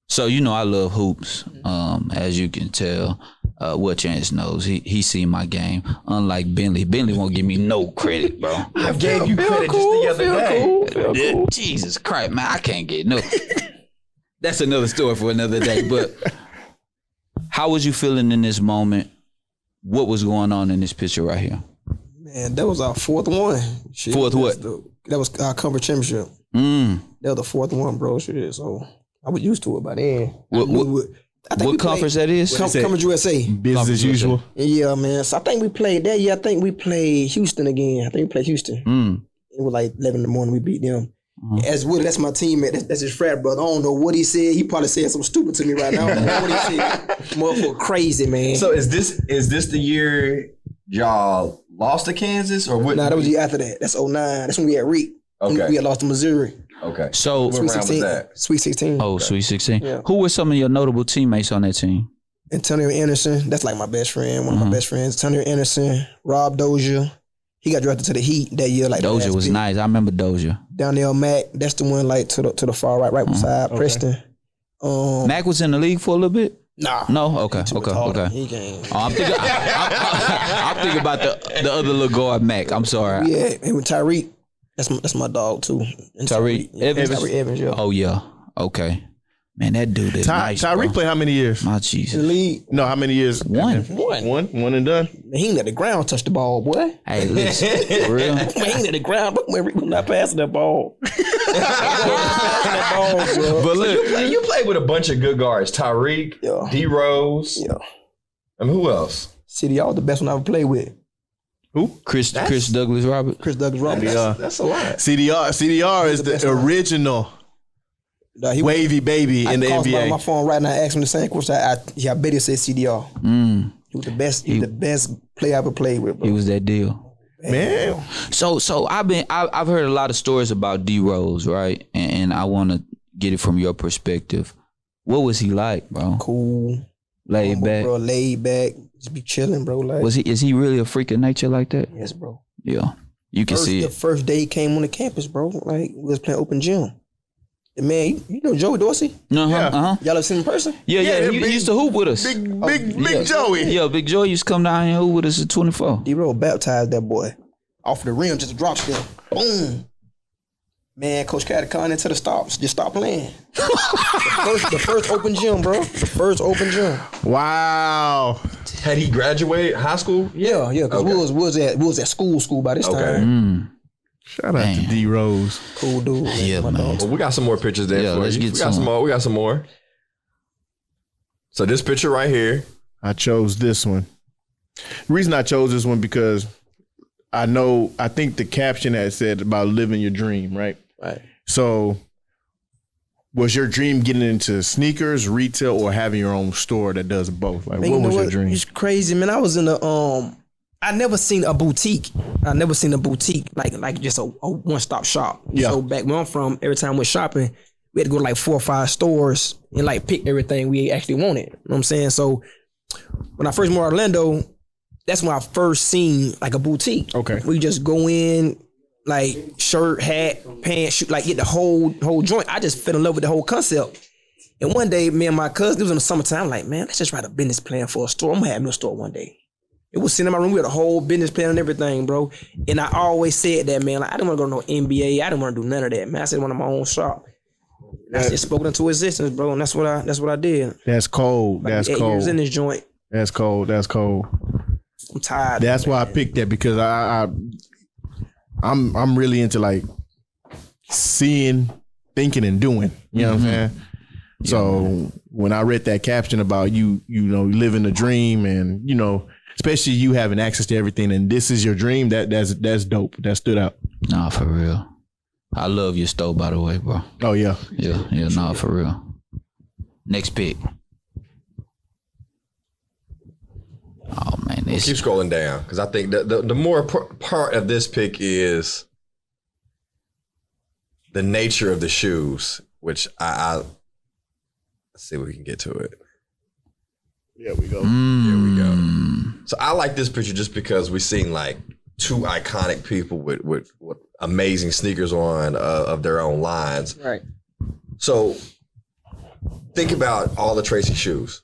So you know I love hoops. Um, as you can tell, uh, what Chance knows, he he seen my game. Unlike Bentley, Bentley won't give me no credit, bro. I gave you credit just the other day. Jesus Christ, man, I can't get no. That's another story for another day. But how was you feeling in this moment? What was going on in this picture right here? Man, that was our fourth one. Shit, Fourth that's what? the- that was our cover championship. Mm. That was the fourth one, bro. Shit, so I was used to it by then. What- I knew what- it. I think we What played- conference that is? Mm. Com- Conference USA. Business as usual. Yeah, man. So I think we played that year. I think we played Houston again. I think we played Houston. Mm. It was like eleven in the morning. We beat them. Mm-hmm. As Will, that's my teammate. That's, that's his frat brother. I don't know what he said. He probably said something stupid to me right now. I don't know what he said. Motherfucker, crazy man. So is this is this the year y'all lost to Kansas or what? nah, that was the year after that. That's 09. That's when we had Reek. Okay. We had lost to Missouri. okay. So, What round was that? Sweet 16. oh, Sweet Sixteen. Yeah. Who were some of your notable teammates on that team? Antonio Anderson. That's like my best friend. One of Mm-hmm. Mhm. my best friends. Antonio Anderson. Rob Dozier. He got drafted to the Heat that year. Like the Dozier last was pick. nice. I remember Dozier. Donnell Mack. That's the one like to the to the far right, right Mm-hmm. beside Preston. Um, Mac was in the league for a little bit. nah. No, okay, okay, Hold on, okay. He can't. Oh, I'm thinking. I, I, I, am thinking about the the other little guard, Mac. I'm sorry. Yeah, and with Tyreek, that's my, that's my dog too. And Tyreek yeah, Evans? Tyreek Evans, yeah. Oh yeah. Okay. Man, that dude is Ty, nice. Tyreek bro. played how many years? My The Jesus. league, No, how many years? One. One. One. One and done. man, he ain't let the ground touch the ball, boy. Man, Hey, listen. For real. he ain't let the ground. Look, man, Reek was not passing that ball. that ball, bro. But look, Like, you played with a bunch of good guards: Tyreek, Yeah. D Rose. Yeah. I mean, who else? City, y'all the best one I ever played with. Chris Chris Douglas Robert. Chris Douglas Roberts. Yeah. That's a lot. CDR. CDR is the best the one. original Nah, he wavy baby I in the calls my- NBA. My phone right now. I asked him the same question. I, I, yeah, I bet he said CDR. Mm, He was the best. He, was the best player I ever played with. he Bro. was that deal. Man, So so I've been I, I've heard a lot of stories about D Rose, right? And, and I want to get it from your perspective. What was he like, bro? cool, Laid humble, back. bro. Laid back. Just be chilling, bro. Like, Was he is he really a freak of nature like that? yes, bro. Yeah, you can first, see the it. first day he came on the campus, bro. Like we was playing open gym. The man, you, you know Joey Dorsey. Uh huh. Yeah. Uh-huh. Y'all ever seen him in person? yeah, yeah. Yeah, He, big- he used to hoop with us. big, big, big yeah. Joey. yeah, Big Joy used to come down here and hoop with us at twenty four. D Row baptized that boy off the rim, just dropped him. Boom. Man, Coach Catacon into the stops. Just stop playing. the, first, the first open gym, bro. The first open gym. Wow. Had he graduated high school? Yeah, yeah, because Okay. we, was, we, was at, we was at school school by this Okay. time. Mm. Shout out to D Rose. Cool dude. man. Yeah, My man. dog. Well, we got some more pictures there. Yeah, for let's you. get we got some. some more. We got some more. So this picture right here. I chose this one. The reason I chose this one because I know I think the caption had said about living your dream, right? Right. So was your dream getting into sneakers, retail, or having your own store that does both? Like Man, what you know was your dream? It's crazy, man. I was in a um I never seen a boutique. I never seen a boutique like like just a, a one stop shop. Yeah. So back where I'm from, every time we're shopping, we had to go to like four or five stores and like pick everything we actually wanted. You know what I'm saying? So when I first moved to Orlando, that's when I first seen like a boutique. Okay. We just go in, like shirt, hat, pants, shoot, like get the whole whole joint. I just fell in love with the whole concept. And one day, me and my cousin, it was in the summertime, I'm like, man, let's just write a business plan for a store. I'm gonna have me a store one day. It was sitting in my room. We had a whole business plan and everything, bro. And I always said that, man. Like, I didn't want to go to no NBA. I didn't want to do none of that, man. I said I wanted my own shop. And I just spoke it into existence, bro. And that's what I that's what I did. That's cold. Like, That's eight cold. years in this joint. That's cold. That's cold. I'm tired. That's why I picked that because I, I I'm I'm really into like seeing, thinking, and doing. You know what I'm saying? So when I read that caption about you, you know, living the dream, and you know, especially you having access to everything, and this is your dream. That that's that's dope. That stood out. Nah, for real. I love your stove, by the way, bro. Oh yeah, Yeah, yeah, nah, for real. Next pick. Oh man, Keep this scrolling down because I think the, the, the more p- part of this pick is the nature of the shoes, which I, I let's see if we can get to it. yeah, we go. Here we go. So I like this picture just because we seen like two iconic people with with, with amazing sneakers on uh, of their own lines. Right. So think about all the Tracy shoes.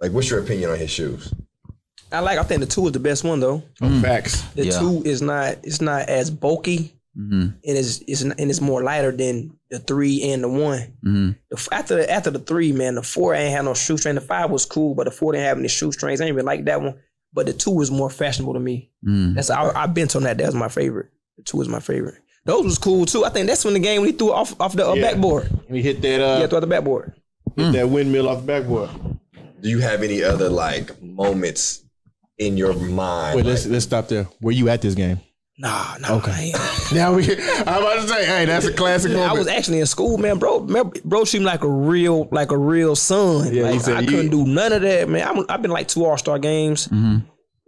Like, what's your opinion on his shoes? I like. I think the two is the best one though. Oh, Facts. The Mm. Yeah. two is not. It's not as bulky. Mhm. And it's it's and it's more lighter than the three and the one. Mhm. The f After the, after the three, man, the four ain't had no shoestring. The five was cool, but the four didn't have any shoestrings. I ain't even like that one. But the two is more fashionable to me. Mm. That's I, I bent on that. That was my favorite. The two is my favorite. Those was cool too. I think that's when the game when he threw it off off the uh, Yeah. backboard. And he hit that uh, Yeah, throughout the backboard. hit that windmill off the backboard. Do you have any other like moments in your mind? Wait, like, let's let's stop there. Where you at this game? Nah, nah. Okay. I ain't. Now we. I'm about to say, hey, that's a classic I moment. was actually in school, man. Bro, man, bro treated me like a real, like a real son. Yeah, he like, said I you- couldn't do none of that, man. I'm, I've been like two All Star games, Mm-hmm.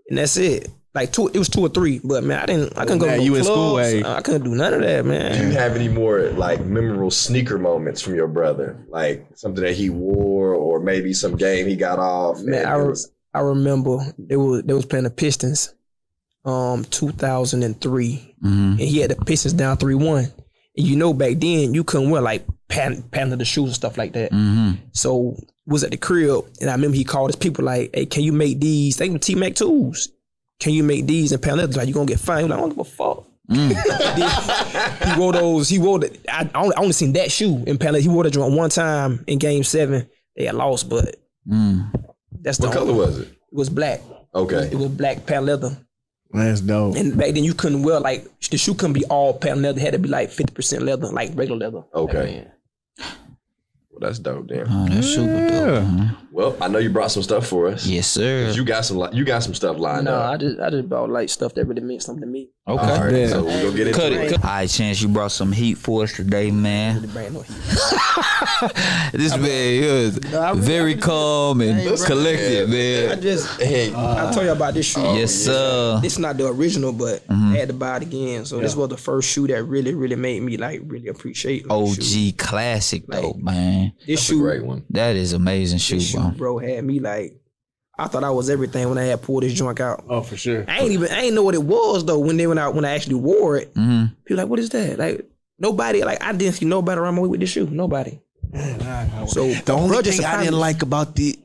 and that's it. Like two, it was two or three, but man, I didn't, I couldn't go Nah, to no you in clubs. school, hey. I couldn't do none of that, do you man. have any more like memorable sneaker moments from your brother? Like something that he wore, or maybe some game he got off. Man, and I, it re- was- I remember they was they was playing the Pistons, um, 2003, Mm-hmm. and he had the Pistons down three one. And you know, back then you couldn't wear like patent, patent the shoes and stuff like that. So was at the crib, and I remember he called his people like, "Hey, can you make these? They were T Mac twos. Can you make these?" And Pamela was like, "You gonna get fined?" He was like, "I don't give a fuck." he wore those. He wore the. I, I, only, I only seen that shoe in Pamela. He wore the joint one time in Game Seven. They had lost, but that's the what color only- was it? It was black. It Okay, was black patent leather, That's dope. and back then you couldn't wear like the shoe couldn't be all patent leather. It had to be like fifty percent leather, like regular leather. okay. Well, that's dope, damn. Oh, that's super dope. man. Well, I know you brought some stuff for us. Yes, sir. You got some. Li- you got some stuff lined No, up. I just I just bought like stuff that really meant something to me. Okay. All right, Yeah. so we're gonna get into Cut it. it. Cut. All right, Chance, you brought some heat for us today, man. Brand new. This man he was very calm and collected, I man. just Hey, I told you about this shoe. Yes, sir. Mm-hmm. It's not the original, but I had to buy it again. So this was the first shoe that really, really made me like really appreciate like, shoes. OG classic though, man. This a shoe, great one. That is amazing this shoe, shoe, bro. bro, had me like I thought I was everything when I had pulled this junk out. Oh, for sure. I ain't even I ain't know what it was though when they when I when I actually wore it. Mm-hmm. People like, what is that? Like nobody like I didn't see nobody around my way with this shoe. Nobody. So The only Roger thing I surprised didn't me. like about the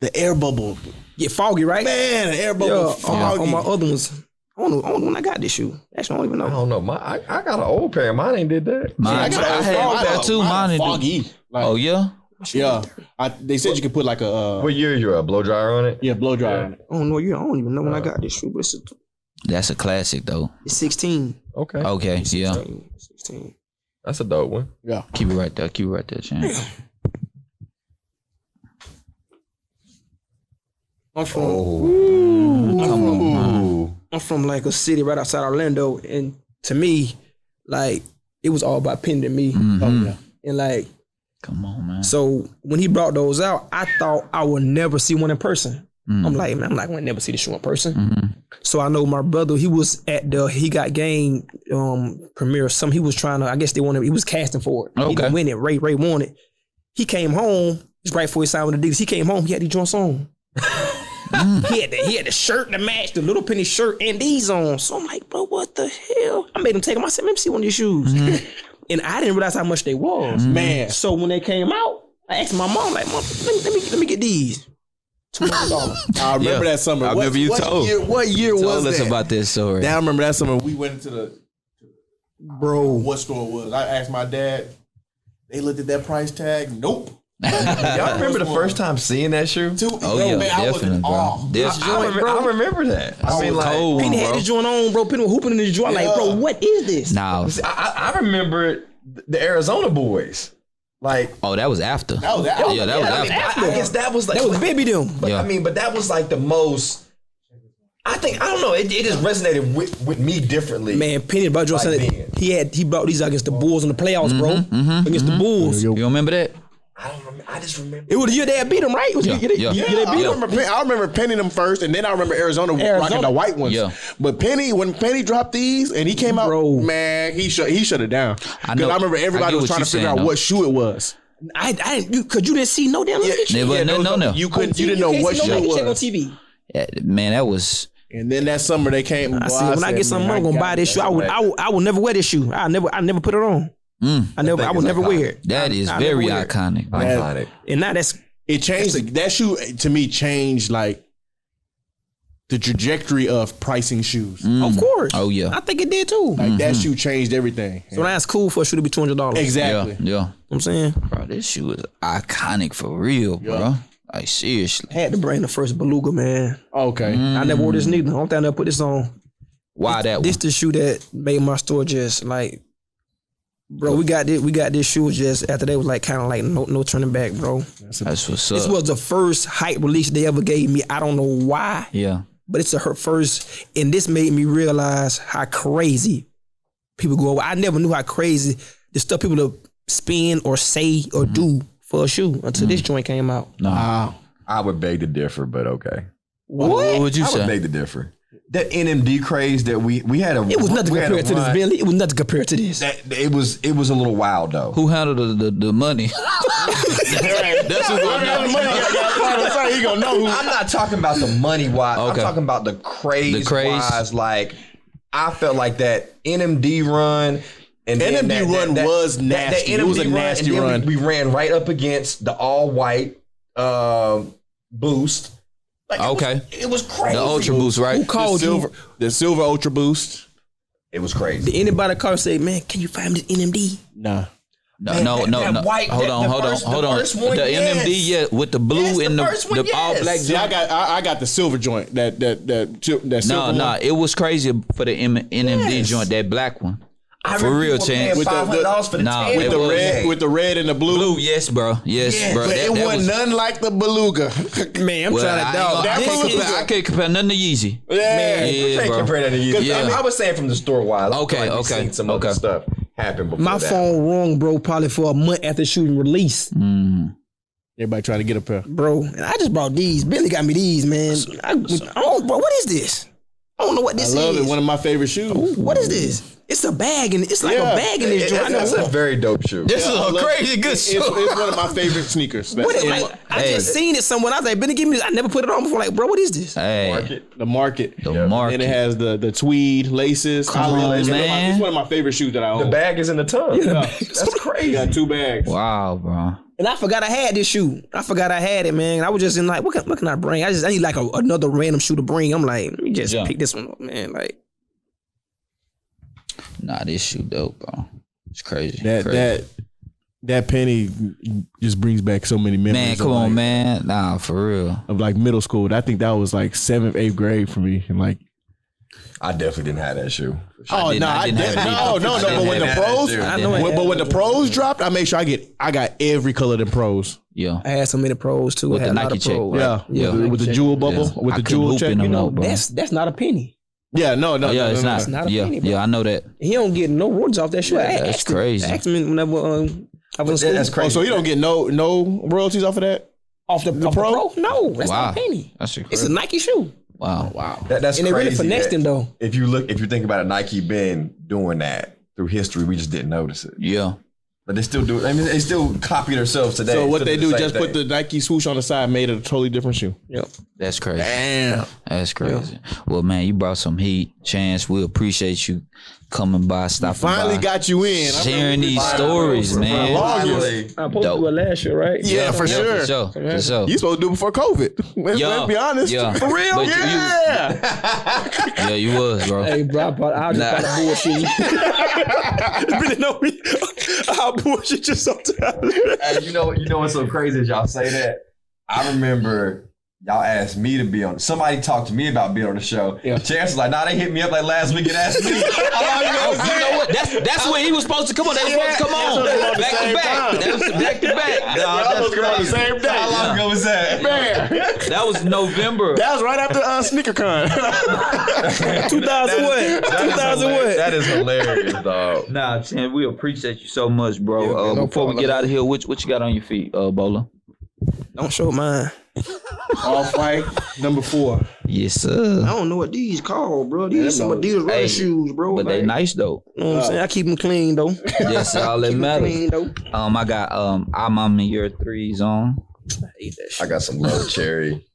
the air bubble, get foggy, right? man, the air Yeah, bubble, on, my, foggy. on my other ones. I don't know, I don't know when I got this shoe. Actually, I don't even know. I don't know. My, I, I got an old pair. Mine ain't did that. Mine, got I a had foggy- that too. Mine a did- foggy. Like, Oh yeah. yeah, I, they said you could put like a uh, What year you a blow dryer on it? yeah blow dryer on it. I don't know. You. I don't even know when I got this shoe, but it's, That's a classic though. it's 16. Okay, Okay, yeah. 16, 16. that's a dope one. Yeah, Keep it right there. Keep it right there, Chance. I'm from Ooh. I'm from like a city right outside Orlando, and to me, like it was all about pending me, oh yeah. and like Come on, man. so when he brought those out, I thought I would never see one in person. Mm. I'm like, man, I'm not gonna never see this shoe in person. Mm-hmm. So I know my brother, he was at the he got game um premiere or something. He was trying to, I guess they wanted he was casting for it. He Okay. didn't win it. Ray Ray won it. He came home, it's right before he signed with the Diggs. He came home, he had these joints on. Mm. he had the he had the shirt to match, the little penny shirt and these on. So I'm like, bro, what the hell? I made him take them. I said, let me see one of these shoes. Mm-hmm. and I didn't realize how much they was. man. So when they came out, I asked my mom, like, mom, let me let me, let me get these. Two hundred dollars. I remember Yeah. that summer. I remember you told- Year, what year was Tell us that? about this story. Now I remember that summer we went into the bro. What store it was? I asked my dad. They looked at that price tag. Nope. Y'all remember the first time seeing that shoe? Two, Oh yeah, man, I was definitely, in bro. awe. This I, joint, remember, I remember that. I, mean, like, cold one, Penny had bro. his joint on, bro. Penny was hooping in his joint. Like, bro, what is this? Nah, I, I- I remember the Arizona boys. Like, oh, that was after. That was after. Yeah, that was I, mean, after. I, I guess that was like That was baby them. But Yeah. I mean, but that was like the most. I think I don't know. It, it just resonated with, with me differently. Man, Penny about Joe Like Sunday. then. He had he brought these out against the Bulls in the playoffs, bro. Mm-hmm, against the Bulls. You remember that? I don't. Remember, I just remember. It was you that beat him, right? It was Yeah, you that, yeah. you- Yeah, you that I beat him. remember, Penny, I remember Penny them first, and then I remember Arizona, rocking Arizona. the white ones. Yeah. But Penny, when Penny dropped these and he came out, Bro. man, he shut he shut it down. I Because know. I remember I get everybody was what trying you to figure saying, out though. what shoe it was. I, I didn't, you, cause you didn't see no damn yeah, There wasn't nothing on there. You couldn't, you didn't know what shoe no it check on was. TV. Yeah, Man, that was. And then that summer they came. I see, when I get some money, I'm gonna buy this shoe. I would, I would, I would never wear this shoe. I never, I never put it on. I never, I thing would is never iconic. wear it. That I- is I never very wear it. iconic. bro. Iconic. And now that's It changed the, that shoe eh, to me changed like the trajectory of pricing shoes. of course. Oh, yeah. I think it did too. Like that shoe changed everything. So now it's cool for a shoe to be two hundred dollars. exactly. Mm-hmm. Yeah, yeah. I'm saying, Bro, this shoe is iconic for real, bro. Like seriously. had to bring the first Beluga, man. Okay. Mm-hmm. I never wore this neither. I'm down there put this on. Why that This the shoe Mm. that made my store just like, bro. We got this. We got this shoe just after they was like kind of like no no turning back, bro. one? That's what's This up. was the first hype release they ever gave me. I don't know why, yeah. but it's a, her first, and this made me realize how crazy people go. I never knew how crazy the stuff people to spin or say or do for a shoe until this joint came out. Wow. I would beg to differ, but okay. What, would you I would say? beg to differ. That NMD craze that we we had a It was nothing we had a compared to this, run- Bentley. It was nothing compared to this. That, it was it was a little wild though. Who handled the, the, the money? That's what's going on. Sorry, you gonna know who. I'm not talking about the money wise. Okay. I'm talking about the craze, The craze. wise. Like I felt like that NMD run. And then NMD run was nasty. It was a nasty and then run. We, we ran right up against the all white um boost. Like, it was- Okay. it was crazy. The Ultra Boost, right? Who called Silver, you? the silver Ultra Boost. It was crazy. Did anybody call and say, "Man, can you find me this NMD?" Nah. No, no, that- no, that no. white- hold that- on, the hold first- on, hold the on. first one, the yes. NMD, yeah, with the blue Yes, the and the, first one, the all yes. black. See, I got I, I got the silver joint. That that that that silver. No, one. no, it was crazy for the M- NMD Yes. joint, that black one. I For remember real, people paying Chance. With the- $500 for the nah, tan with With the was. red, with the red and the blue. Blue, yes, bro, yes, Yes, bro. But that, it that wasn't none like the beluga. Man, I'm well, trying I, to ain't gonna- dog. I This can't is- compare, I can't compare nothing to Yeezy. yeah. You Yeah, can't bro. compare that to you. Yeah. I, mean, I was saying from the store wise. I feel Okay, like we okay, Seen some okay. other stuff happen before my that. phone rung, bro, probably for a month after shooting release, Everybody trying to get a pair. bro. And I just bought these. Billy got me these, man. I, I don't, bro. What is this? I don't know what I this love is. it. One of my favorite shoes. what is this? It's a bag, and it's like Yeah. a bag in this It- joint. I it- know That's a what. very dope shoe. This I is a love- crazy good It's, shoe. it's one of my favorite sneakers. That's What it, in like, I Hey. just seen it somewhere. and I was like, Benny, give me this. I never put it on before. Like, bro, what is this? Hey, Market. the market. the Yeah. market. And it has the the tweed laces. I love it. It's one of my- man. It's one of my favorite shoes that I The own. bag is in the tub. That's I crazy. got two bags. wow, bro. And I forgot I had this shoe. I forgot I had it, man. I was just in like, what can, what can I bring? I just I need like a, another random shoe to bring. I'm like, let me just Yeah. pick this one up, man. Like, Nah, this shoe dope, bro. It's crazy. That crazy. that that penny just brings back so many memories. man, come of on, like, man. Nah, for real. Of like middle school. I think that was like seventh, eighth grade for me. And like I definitely didn't have that shoe. Oh didn't- no, I I didn't have did, it no, either. no, I no. didn't But when the have that pros, too. I know it when, had but when it. the pros dropped, I made sure I get, I got every color of the pros. Yeah. I had so many pros too. With I had the a lot Nike of check, pros. right? Yeah, Yeah. With, the, with the jewel bubble, Yeah. with I the couldn't jewel hoop check. in You them, know? though, bro. That's that's not a penny. Yeah, no, Oh, no, yeah, no, it's no, not. no. not a yeah, penny, bro. yeah, I know that. He don't get no rewards off that shoe. I that's asked him- crazy. I asked him whenever um, I was in That's school, Oh, crazy. so you don't get no no royalties off of that? off the, off pro? The pro? No, that's Wow. not a penny. That's incredible. It's a Nike shoe, wow. Wow. That- that's and they really crazy finessed that him though. If you look, if you think about it, Nike been doing that through history. We just didn't notice it, Yeah. but they still do. I mean, they still copy themselves today. So what Still they do? the same Just put the thing. Nike swoosh on the side, made it a totally different shoe. Yep. That's crazy. That's crazy. Well, man, you brought some heat. Chance, we appreciate you coming by, stopping Finally by, got you in. I sharing remember- these stories, man. Finally. I to Dope. do it last year, right? Yeah, for yeah, sure. For sure. For sure. You supposed to do it before COVID. Let's, Yeah. let's be honest. Yeah. For real? But you- you- yeah. Yeah, you was, bro. Hey, bro, I bought, I just Nah. bought the bullshit. Really know me. I'll bullshit you sometimes. Hey, you know, you know what's so crazy is y'all say that. I remember y'all asked me to be on. Somebody talked to me about being on the show. Yeah. Chance was like, "Nah, they hit me up like last week and asked me." I'm like, Oh, you know what? That's that's when he was supposed to come on. They was supposed to come on that's what they back want to the back. same That was back to back. Nah, Y'all that's supposed to come on the crazy. same day. How long ago was that? That was November. That was right after uh, SneakerCon. 2000 what? That is 2000 hilarious. what? That is hilarious, dog. Nah, Tim, we appreciate you so much, bro. uh, no before we problem. get out of here, what what you got on your feet, uh, Bola? Don't show mine. Off white number four. Yes, sir. I don't know what these called, bro. These some of these running Hey, shoes, bro. But they like, nice though. you know what I'm saying? I keep them clean though. Keep Yes, all that 'em matters. clean though. Um, I got um, I'm I'm in your threes on. Hate that shit. I got some love cherry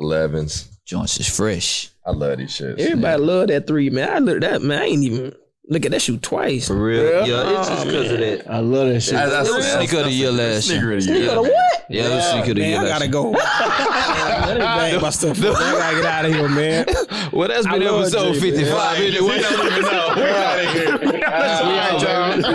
elevens. Joints is fresh. I love these shits. Everybody love that three, man. I look at that man. I ain't even look at that shoe twice. For real. Yeah? Yeah, it's just because of that. I love that shit. That- that's- Little that's- sneaker of the year last year. Sneaker of the year. Yeah. What? Yeah, little sneaker of the year Man, I last gotta year. go. Let me bag my stuff up. I gotta get out of here, man. Well, that's been love episode Jay, man. 55. We don't even know. We're out of here. We out, y'all.